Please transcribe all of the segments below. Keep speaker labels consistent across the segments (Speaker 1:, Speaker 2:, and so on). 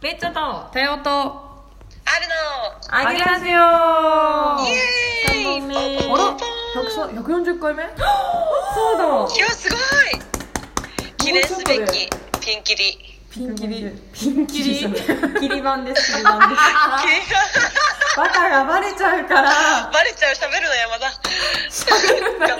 Speaker 1: ペッチョと
Speaker 2: 多様と
Speaker 3: あ
Speaker 1: あ
Speaker 2: り
Speaker 1: り
Speaker 2: が
Speaker 1: が
Speaker 2: とう
Speaker 1: とう
Speaker 3: るのイエーイ
Speaker 1: 三本
Speaker 3: 今
Speaker 1: 目
Speaker 2: あら140回目
Speaker 1: そうだ
Speaker 3: 日すごい記念すべきピンキリ
Speaker 2: ピンキリピンキ
Speaker 1: 切
Speaker 2: リ
Speaker 1: り切り版です切り 版です
Speaker 2: バカがバレちゃうから
Speaker 3: バレちゃう喋るの山田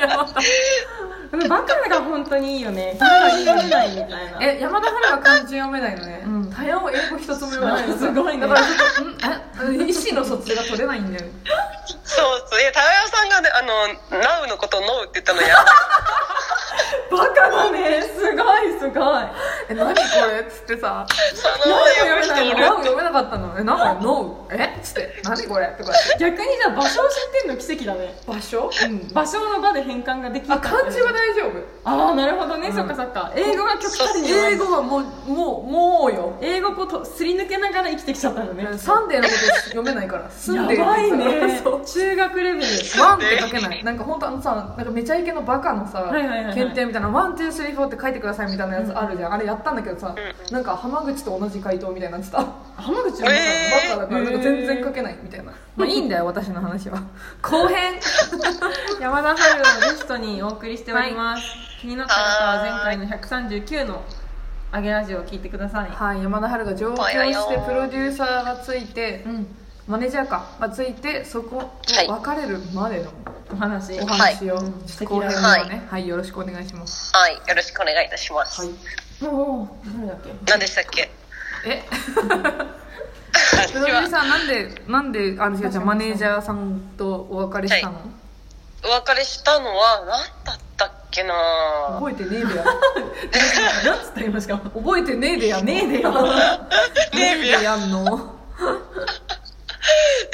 Speaker 1: バカが本当にいいよね本当に読めないみたいな
Speaker 2: え山田春は漢字読めないのね
Speaker 1: うん
Speaker 2: 多様英語一つも読めないの
Speaker 1: すごいね
Speaker 2: だからちょっとんえ意思の疎通が取れないんだよ
Speaker 3: そうそういやタワヤさんがねあの「ナウのことを「ノウ」って言ったの や
Speaker 1: バカだねすごいすごい
Speaker 2: え何これっつってさ
Speaker 3: その
Speaker 2: 何も読めないの何も
Speaker 3: 読む人おる
Speaker 2: 読めなかったのえなんか「ノー」えっつって「何これ」とか
Speaker 1: 逆にじゃあ場所を知ってんの奇跡だね
Speaker 2: 場所
Speaker 1: うん場所の場で変換ができる
Speaker 2: あ漢字は大丈夫
Speaker 1: ああなるほどね、そっかそっか英語が極端に弱い
Speaker 2: 英語はもうもうもうよ
Speaker 1: 英語こうとすり抜けながら生きてきちゃったのね、
Speaker 2: サンデーのこと読めないから住んで
Speaker 1: やばいね
Speaker 2: そう
Speaker 1: 中学レベル
Speaker 2: ワンって書けないなんか本当あのさなんかめちゃイケのバカのさ、
Speaker 1: はいはいはいはい
Speaker 2: 検定みたいな「ワンツースリーフォー」って書いてくださいみたいなやつあるじゃん、あれやったんだけどさ、
Speaker 3: う
Speaker 2: なんか浜口と同じ回答みたいになってた、
Speaker 1: 浜口
Speaker 3: は
Speaker 1: は
Speaker 3: ね
Speaker 2: バカだからなんか全然書けないみたいな、まあいいんだよ私の話は 後編
Speaker 1: 山田春をゲストにお送りしております、気になった方は前回の139の「あげラジオ」を聞いてください、
Speaker 2: はい山田春が上京してプロデューサーがついて
Speaker 1: うん、
Speaker 2: マネージャーかがついてそこを
Speaker 3: はい
Speaker 2: 別れるまでの
Speaker 1: お話
Speaker 2: お話を、
Speaker 1: はい
Speaker 2: 後編はねはい、よろしくお願いします
Speaker 3: はいよろしくお願いいたします、
Speaker 1: おお誰だっけ
Speaker 3: 何でしたっけ
Speaker 2: え
Speaker 3: 私
Speaker 2: プロデュー
Speaker 3: は
Speaker 2: サーなんでなんであの違う違うマネージャーさんとお別れしたの、
Speaker 3: お別れしたのは何だったっけな
Speaker 2: 覚えてねえでや
Speaker 1: 何つった今しかも
Speaker 2: 覚えてねえでや
Speaker 1: ねえでよ
Speaker 2: ねえでやんの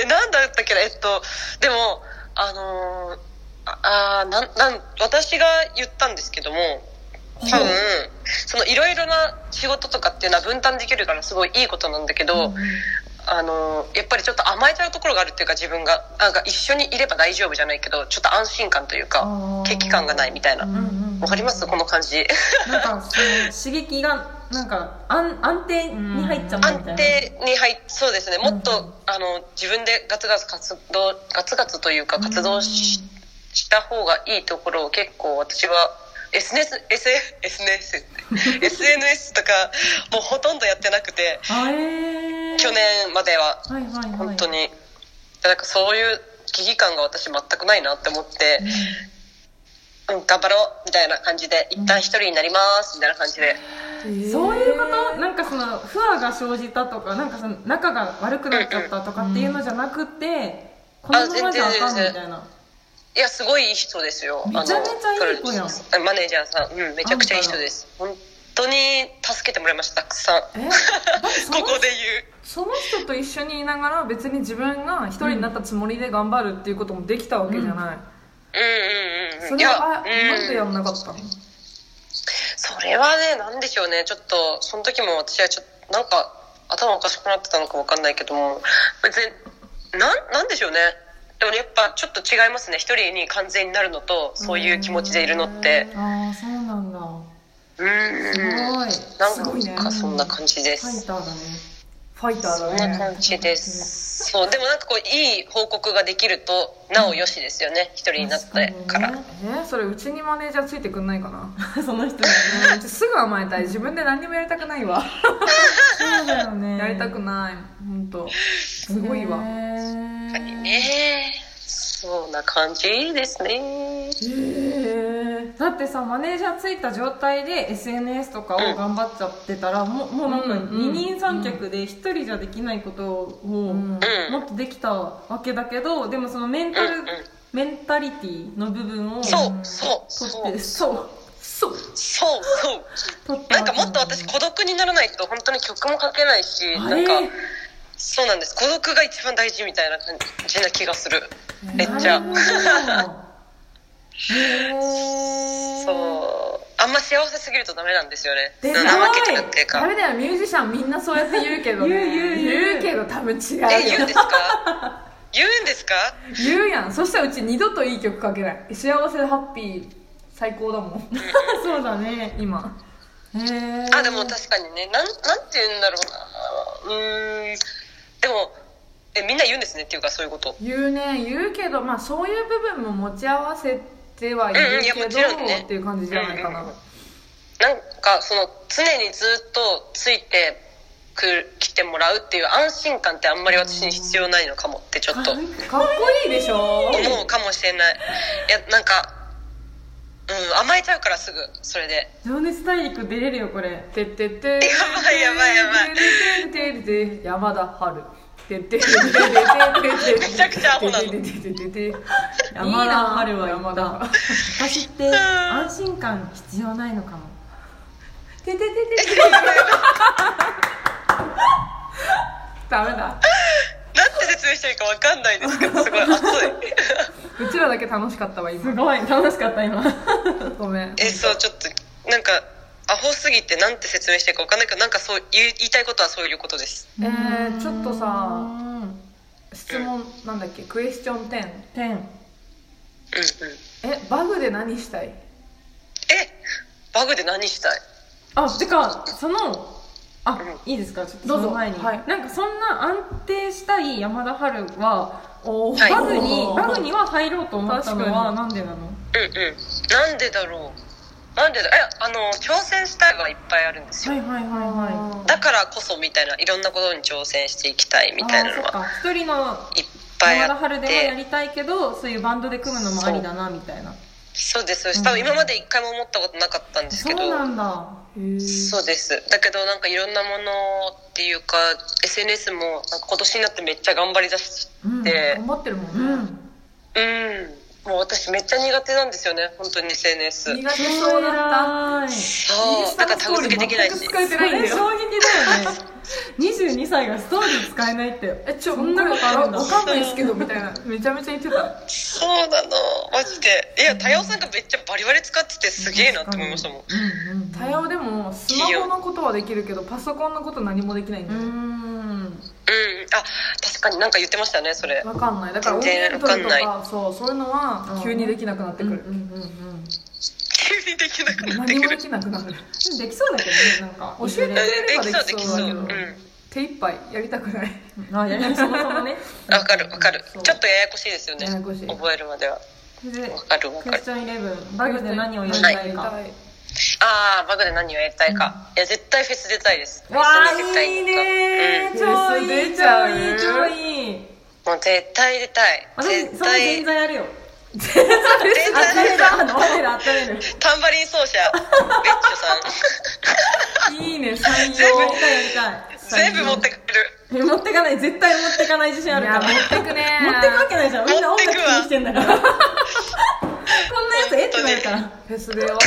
Speaker 3: えなんだったっけなえっとでもあのーああーなんなん私が言ったんですけども多分そのいろいろな仕事とかっていうのは分担できるからすごいいいことなんだけど、あのーやっぱりちょっと甘えちゃうところがあるっていうか自分がなんか一緒にいれば大丈夫じゃないけどちょっと安心感というか景気感がないみたいな
Speaker 2: うん
Speaker 3: わ、
Speaker 2: うん
Speaker 3: かりますこの感じ
Speaker 1: なんかその刺激がなんか安安定に入っちゃったみたいな
Speaker 3: 安定に入っそうですねもっと、
Speaker 1: うん
Speaker 3: あの自分でガツガツ活動ガツガツというか活動し,、した方がいいところを結構私は SNS, SNS, SNS とかもうほとんどやってなくて
Speaker 1: あえー、
Speaker 3: 去年までは
Speaker 1: はいはいはい
Speaker 3: 本当に、なんかそういう危機感が私全くないなって思って、うん、頑張ろうみたいな感じで一旦一人になりますみたいな感じで、
Speaker 1: そういうことなんかその不和が生じたとかなんかその仲が悪くなっちゃったとかっていうのじゃなくて、このままじゃあかんみたいない
Speaker 3: やすごいいい人ですよ
Speaker 1: めちゃめちゃいい子やん
Speaker 3: あのプロマネージャーさん、うん、めちゃくちゃいい人です本当に助けてもらいましたたくさん
Speaker 2: えだってその
Speaker 3: ここで
Speaker 2: その人と一緒にいながら別に自分が一人になったつもりで頑張るっていうこともできたわけじゃない、
Speaker 3: 言ううんうんうん
Speaker 2: そ
Speaker 3: い
Speaker 2: れは
Speaker 3: や
Speaker 2: あなんで
Speaker 3: う
Speaker 2: や
Speaker 3: ん
Speaker 2: んなかったの
Speaker 3: それはねなんでしょうねちょっとその時も私はちょっとなんか頭おかしくなってたのかわかんないけども別になんなんでしょうねでもやっぱちょっと違いますね一人に完全になるのとそういう気持ちでいるのって
Speaker 1: ああそうなんだ
Speaker 3: うんうん
Speaker 1: すごいす
Speaker 3: な
Speaker 1: ごいね
Speaker 3: んかそんな感じで
Speaker 1: ファイ
Speaker 3: す。
Speaker 1: ターだね
Speaker 2: ファイター
Speaker 3: そ
Speaker 2: だ
Speaker 3: んな感
Speaker 2: ね
Speaker 3: じです。そうでもなんかこういい報告ができるとなおよしですよね。一人になってから。
Speaker 1: 確
Speaker 2: えーそれうちにマネージャーついてくんないかな
Speaker 1: かにねその人に
Speaker 2: うんうちすぐ甘えたい自分で何にもやりたくないわ
Speaker 1: そうだよ ね
Speaker 2: やりたくない本当すごいわ、
Speaker 1: へー
Speaker 3: ねえ、そんな感じですね。
Speaker 1: へーだってさマネージャーついた状態で SNS とかを頑張っちゃってたら、もうもうなんか
Speaker 2: うん
Speaker 1: 二人三脚で一人じゃできないことを
Speaker 2: うん
Speaker 1: もっとできたわけだけどでもそのメンタル、
Speaker 3: うんうん
Speaker 1: メンタリティの部分を
Speaker 3: そ
Speaker 1: 取
Speaker 3: うそうそ
Speaker 1: って
Speaker 3: う
Speaker 1: そう
Speaker 2: そう
Speaker 3: そうそう。
Speaker 1: 取った
Speaker 3: なんかもっと私孤独にならないと本当に曲も書けないし、
Speaker 1: あ
Speaker 3: なん
Speaker 1: れ
Speaker 3: かそうなんです。孤独が一番大事みたいな感じな気がする。めっちゃ。
Speaker 1: なるほどへー
Speaker 3: そう。あんま幸せすぎるとダメなんですよね。
Speaker 1: で
Speaker 3: 怠
Speaker 1: かい
Speaker 3: けちゃうっていうか
Speaker 2: あ。れだよミュージシャンみんなそうやって言 うけどね
Speaker 1: 言う言う言う
Speaker 2: けど多分違うよ
Speaker 3: え言うんですか言うんですか
Speaker 2: 言うやんそしたらうち二度といい曲かけない幸せハッピー最高だもん
Speaker 1: そうだね
Speaker 2: 今
Speaker 1: へー
Speaker 3: あでも確かにねなんなんて言うんだろうーんでもえみんな言うんですねっていうかそういうこと
Speaker 2: 言うね言うけどまあそういう部分も持ち合わせては
Speaker 3: う
Speaker 2: い
Speaker 3: んう
Speaker 2: る
Speaker 3: んいや
Speaker 2: け
Speaker 3: も
Speaker 2: ど、
Speaker 3: ちろんね
Speaker 2: っていう感じじゃないかな、
Speaker 3: うんうんなんかその常にずっとついてくる来てもらうっていう安心感ってあんまり私に必要ないのかもってちょっと思
Speaker 2: かっこいいでしょ
Speaker 3: うかもしれないいやなんかうん甘えちゃうからすぐそれで
Speaker 1: 情熱大陸出れるよこれ
Speaker 2: てってって
Speaker 3: ばいやばいやばい
Speaker 2: てってってって山田春てってってって
Speaker 3: めちゃくちゃアホなの
Speaker 2: てってってってって
Speaker 1: いいな春は言った
Speaker 2: だ
Speaker 1: 私って安心感必要ないのかも
Speaker 2: てててててダメだ
Speaker 3: なんて説明していいかわかんないですけどすごい 熱いう
Speaker 2: ちらだけ楽しかったわ
Speaker 1: す
Speaker 2: 今
Speaker 1: ごい楽しかった今
Speaker 2: ごめん
Speaker 3: えそうちょっとなんかアホすぎてなんて説明していいかわかんないけどなんかそう言い言いたいことはそういうことです
Speaker 2: えーちょっとさ
Speaker 1: うん
Speaker 2: 質問なんだっけクエスチョン10
Speaker 1: ペ
Speaker 3: う
Speaker 1: ン
Speaker 3: んうん
Speaker 2: えバグで何したい
Speaker 3: えバグで何したい
Speaker 1: あてかそのあ
Speaker 3: う
Speaker 1: いいですかちょっと
Speaker 2: どうぞ
Speaker 1: その前に、
Speaker 2: はい
Speaker 1: なんかそんな安定したい山田春は
Speaker 2: お
Speaker 3: はい
Speaker 1: バグに
Speaker 2: おー
Speaker 1: バグには入ろうと思ったの
Speaker 2: 確か
Speaker 1: は
Speaker 2: に
Speaker 1: なんでなの
Speaker 3: うんうんなんでだろうなんでだえあの挑戦したいはいっぱいあるんですよ
Speaker 1: いはいは
Speaker 3: だからこそみたいないろんなことに挑戦していきたいみたいなのは
Speaker 1: あそっか一人の
Speaker 3: いっぱい
Speaker 1: 山田
Speaker 3: あ
Speaker 1: 春
Speaker 3: っ
Speaker 1: でもや
Speaker 3: て
Speaker 1: りたいけどそういうバンドで組むのもありだなみたいな
Speaker 3: そうですそうで
Speaker 1: う
Speaker 3: す
Speaker 1: ん
Speaker 3: 多分今まで一回も思ったことなかったんです
Speaker 1: そ
Speaker 3: け
Speaker 1: う
Speaker 3: ど
Speaker 1: なんだ
Speaker 3: そうですだけどなんかいろんなものっていうか SNS もなんか今年になってめっちゃ頑張りだし
Speaker 1: うん
Speaker 3: て
Speaker 2: 頑張ってるもん
Speaker 1: う
Speaker 2: ね
Speaker 1: ん
Speaker 3: うんもう私めっちゃ苦手なんですよね本当に SNS
Speaker 2: 苦手そうだった
Speaker 1: 偉い
Speaker 3: そうだからタグ付けできないし
Speaker 2: インスタのストーリー全く使えてないんだよ
Speaker 1: それ衝撃だよね22歳がストーリー使えないって
Speaker 2: えちょ
Speaker 1: そ
Speaker 2: そ
Speaker 1: ん
Speaker 2: ん
Speaker 1: な
Speaker 2: な
Speaker 1: こ
Speaker 2: ことと
Speaker 1: あ
Speaker 2: あ
Speaker 1: る
Speaker 2: る
Speaker 1: ん
Speaker 2: ん
Speaker 1: だ
Speaker 2: だわかんないですけどみたいなめちゃめちゃ言ってた
Speaker 3: そうなのマジでいや多様さんがめっちゃバリバリ使っててすげえなって思いましたもん
Speaker 1: うんうん
Speaker 2: 多様でもスマホのことはできるけどパソコンのこと何もできないんだ
Speaker 1: う
Speaker 2: よね
Speaker 1: ん
Speaker 3: うん、あ確かになんか言ってましたねそれ
Speaker 2: わかんないだから音
Speaker 3: 全然
Speaker 2: 源取
Speaker 3: わ
Speaker 2: る
Speaker 3: か
Speaker 2: とかそうそういうのは急にできなくなってくる
Speaker 1: うんうんうん
Speaker 3: 急にできなくなって
Speaker 2: 何
Speaker 3: く
Speaker 2: も
Speaker 3: る
Speaker 2: できなくなる
Speaker 1: うんできそうだけどねなんか
Speaker 2: 教えてく
Speaker 1: いず
Speaker 2: れれば
Speaker 3: うんできそう
Speaker 2: できそうだけど
Speaker 1: できそう
Speaker 3: うん
Speaker 2: 手一杯やりたくない
Speaker 1: れあいやいやそもそ もね
Speaker 3: わかるわかる
Speaker 2: そう
Speaker 3: ちょっとややこしいですよね
Speaker 2: ややこしい
Speaker 3: 覚えるまでは
Speaker 1: それで
Speaker 3: わかるわか
Speaker 1: クエ
Speaker 3: る
Speaker 1: スチョン11バグで何をやり
Speaker 2: や
Speaker 1: たい
Speaker 2: り
Speaker 1: か
Speaker 2: た
Speaker 1: わ
Speaker 2: い
Speaker 3: ああバグで何をやりたいか、いや絶対フェス出たいです
Speaker 1: あ
Speaker 3: フェスに出たい
Speaker 1: いい
Speaker 3: うん
Speaker 1: ね
Speaker 2: うん
Speaker 1: 超
Speaker 2: フェス
Speaker 1: いい
Speaker 2: 出ちゃ
Speaker 1: 超
Speaker 2: う
Speaker 1: いい超いい
Speaker 3: もう絶対出たい
Speaker 1: 私
Speaker 3: 絶
Speaker 1: その前
Speaker 3: 対
Speaker 1: 座やるよ
Speaker 3: 絶
Speaker 1: あ
Speaker 3: 対出
Speaker 1: れ
Speaker 3: たい
Speaker 1: だあの我ら温める
Speaker 3: タンバリン奏者ベッチョさん
Speaker 2: いいね採
Speaker 1: や
Speaker 2: 用
Speaker 1: りたいやりたい
Speaker 3: 全部持ってくる
Speaker 1: え持ってかない絶対持ってかない自信あるから
Speaker 2: いや持ってくね
Speaker 1: 持ってくわけないじゃんみんな音楽気にしてんだから こんなやつえってなるから
Speaker 2: フェスでは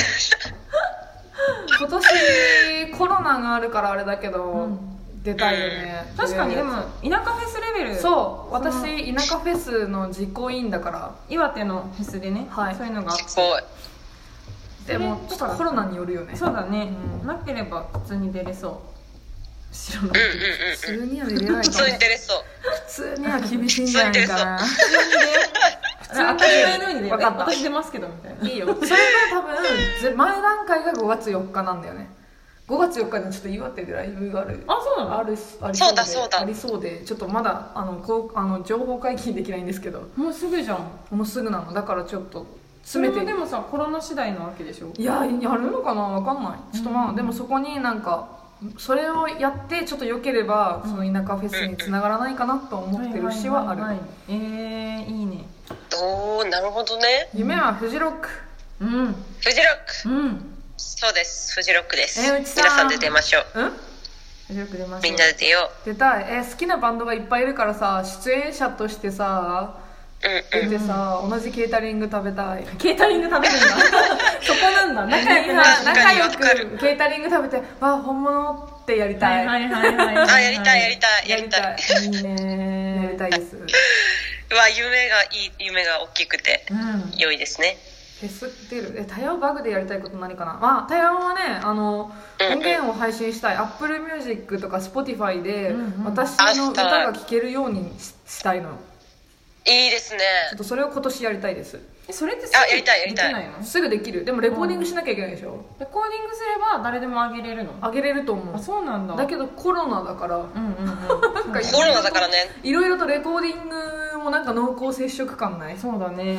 Speaker 2: 今年コロナがあるからあれだけど、
Speaker 1: うん
Speaker 2: 出たいよね
Speaker 1: 確かに
Speaker 2: と
Speaker 1: で
Speaker 2: り
Speaker 1: も
Speaker 2: あ
Speaker 1: 田舎フェスレベ
Speaker 2: え
Speaker 1: ル
Speaker 2: ずそう私田舎フェスの実行委員だから
Speaker 1: 岩手のフェスでね、
Speaker 2: はい
Speaker 1: そういうのがあって
Speaker 3: すごい
Speaker 2: でもちょっとコロナによるよね
Speaker 1: そうだね、
Speaker 2: うん
Speaker 1: なければ普通に出れそう知らな
Speaker 3: うんうん
Speaker 1: い
Speaker 3: うんうん
Speaker 2: 普通には出れない
Speaker 3: 普
Speaker 2: かも
Speaker 3: 通に出れそう
Speaker 2: 普通には厳しいんじゃないかな
Speaker 1: 普通に当たり前のように出よ
Speaker 2: わかった
Speaker 1: 私出ますけどみたいない
Speaker 2: いよそれが多分ぜ前段階が5月4日なんだよね5月4日にちょっと岩手でライブがある
Speaker 1: あそうなの
Speaker 2: あるあり
Speaker 3: そ
Speaker 2: そうう
Speaker 3: だ
Speaker 2: で
Speaker 3: そうだ
Speaker 2: ありそうでちょっとまだあのこうあの情報解禁できないんですけど
Speaker 1: もうすぐじゃん
Speaker 2: もうすぐなのだからちょっと
Speaker 1: そ
Speaker 2: 詰
Speaker 1: れ
Speaker 2: め
Speaker 1: も
Speaker 2: て
Speaker 1: でもさコロナ次第なわけでしょ
Speaker 2: いややるのかなわかんないちょっとまあ、
Speaker 1: うん
Speaker 2: でもそこになんかそれをやってちょっと良ければその田舎フェスにつながらないかなと思ってるしはある、
Speaker 1: いいいいえー、いいね
Speaker 3: おーなるほどね
Speaker 2: 夢はフジロック
Speaker 1: うん
Speaker 3: フジロック
Speaker 1: うん
Speaker 3: そうですフジロックです、
Speaker 2: えうちさん
Speaker 3: 皆さんで出ましょう
Speaker 2: うん
Speaker 1: よく出ました
Speaker 3: みんなで出よ
Speaker 2: 出たいえ好きなバンドがいっぱいいるからさ出演者としてさ
Speaker 3: ううんうん
Speaker 2: 出てさ、同じケータリング食べたい
Speaker 1: ケータリング食べる んだそこなんだ仲良く
Speaker 2: みん
Speaker 1: な
Speaker 2: な
Speaker 1: る
Speaker 3: 仲
Speaker 2: 仲良
Speaker 3: わかる
Speaker 2: くケータリング食べてわあ本物ってやりたい、
Speaker 1: いはいはいは
Speaker 3: あやりたいやりたいやりたい
Speaker 2: いいねやりたいですフ
Speaker 3: うわ夢がいい夢が大きくて
Speaker 1: うん
Speaker 3: 良いですね
Speaker 2: ェス出るえタヤオバグでやりたいこと何かなまあタヤオはねあの
Speaker 3: うんうん
Speaker 2: 音源を配信したい Apple Music とか Spotify で、
Speaker 1: うんうん
Speaker 2: 私の歌が聴けるようにししたいのよ
Speaker 3: いいですね
Speaker 2: ちょっとそれを今年やりたいです
Speaker 1: えそれってす
Speaker 3: あやりたいや
Speaker 1: ぐで
Speaker 3: り
Speaker 1: き
Speaker 3: たい
Speaker 1: ないの
Speaker 2: すぐできるでもレコーディングしなきゃいけないでしょ
Speaker 1: レコーディングすれば誰でもあげれるの
Speaker 2: あげれると思
Speaker 1: あ
Speaker 2: う
Speaker 1: そうなんだ
Speaker 2: だけどコロナだから
Speaker 1: うんうんうん
Speaker 2: んか
Speaker 3: コロナだからね
Speaker 2: いろいろとレコーディングもなんか濃厚接触感ない
Speaker 1: そうだね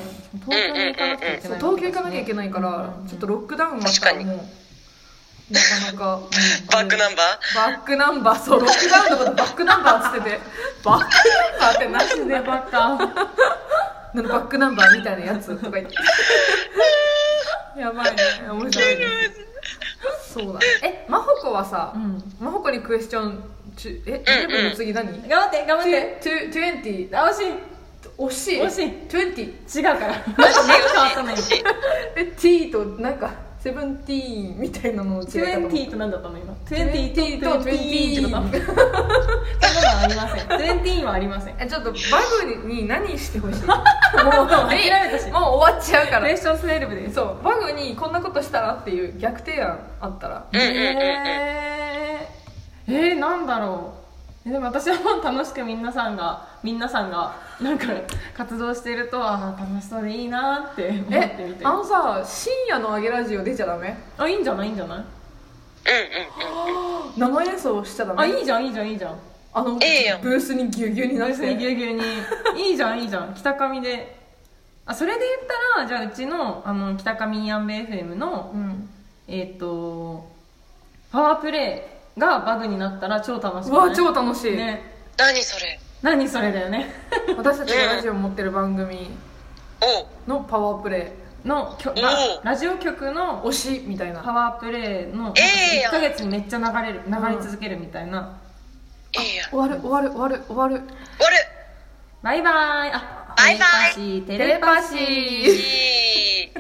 Speaker 1: 東京に行かなきゃいけ
Speaker 2: そ
Speaker 1: な
Speaker 2: う
Speaker 1: い
Speaker 2: 東京行かなきゃいけないから、
Speaker 1: うんうん
Speaker 2: ちょっとロックダウンはさ
Speaker 3: 確かに
Speaker 2: もうなか なか
Speaker 3: バックナンバー
Speaker 2: バックナンバーそうロックダウンのことバックナンバーっつっててバックナンバーって
Speaker 1: マジ
Speaker 2: 何
Speaker 1: で
Speaker 2: で
Speaker 1: バカ
Speaker 2: なのバックナンバーみたいなやつとか言ってやばいね面白いねそうだえまほこはさ、
Speaker 1: うん
Speaker 2: まほこにクエスチョンちえ
Speaker 3: うん
Speaker 2: イレブンの次何、
Speaker 1: 頑張って頑張って
Speaker 2: 20
Speaker 1: あ惜しい
Speaker 2: 惜しい
Speaker 1: 惜しい
Speaker 2: 20
Speaker 1: 違うから
Speaker 3: マジ
Speaker 1: 変わったのに
Speaker 3: し
Speaker 2: え T となんかセブンティーンみたいなのを違う
Speaker 1: 20と何だったの今
Speaker 2: 20
Speaker 1: 20
Speaker 2: と
Speaker 1: と
Speaker 2: 20
Speaker 1: 20
Speaker 2: って
Speaker 1: と
Speaker 2: こ
Speaker 1: か
Speaker 2: と
Speaker 1: そんなのはありません20はありませんも
Speaker 2: えちょっとバグに何してほしいもう
Speaker 1: う 諦めたし
Speaker 2: もう終わっちゃうか
Speaker 1: クエ
Speaker 2: ら
Speaker 1: スチョン12です
Speaker 2: そうバグにこんなことしたらっていう逆提案あったら
Speaker 3: うんうんうんうん
Speaker 1: えー、えー、なんだろうえでも私はもう楽しくみんなさんがみんなさんがなんか活動しているとああ楽しそうでいいなって思ってみ
Speaker 2: え
Speaker 1: て
Speaker 2: あ
Speaker 1: あ
Speaker 2: のさ深夜のあげラジオ出ちゃダメ
Speaker 1: いいんじゃないいいんじゃない
Speaker 3: うんうんうん
Speaker 2: 生演奏しちゃダメ
Speaker 1: あいいじゃんいいじゃんいいじゃん
Speaker 2: あの
Speaker 3: ええやん
Speaker 2: ブースにギュウギュウになり
Speaker 1: 別
Speaker 2: て
Speaker 1: にぎゅうぎゅうにいいじゃんいいじゃん北上であそれで言ったらじゃあうちのあの北上ヤンベ FM の
Speaker 2: うん
Speaker 1: えっ、とパワープレイがバグになったら超楽し
Speaker 2: う
Speaker 1: くない
Speaker 2: わ超楽しい、
Speaker 1: ね
Speaker 3: 何それ
Speaker 1: 何それだよね
Speaker 2: 私たちがラジオ持ってる番組
Speaker 3: おう
Speaker 2: のパワープレ
Speaker 1: のきょ、
Speaker 3: おー
Speaker 1: ララジオ局
Speaker 2: イ
Speaker 1: の
Speaker 2: 推しみたい
Speaker 1: パ
Speaker 2: な
Speaker 1: ワープレイの
Speaker 3: ええ
Speaker 1: 1
Speaker 3: やん
Speaker 1: ヶ月にめっちゃ流れる流れ続けるみたいな、
Speaker 3: いいや
Speaker 2: 終わる終わる終わる終わる
Speaker 3: 俺
Speaker 1: バイバイあ
Speaker 3: バイバイ
Speaker 1: テレパシーテレパシー
Speaker 3: いい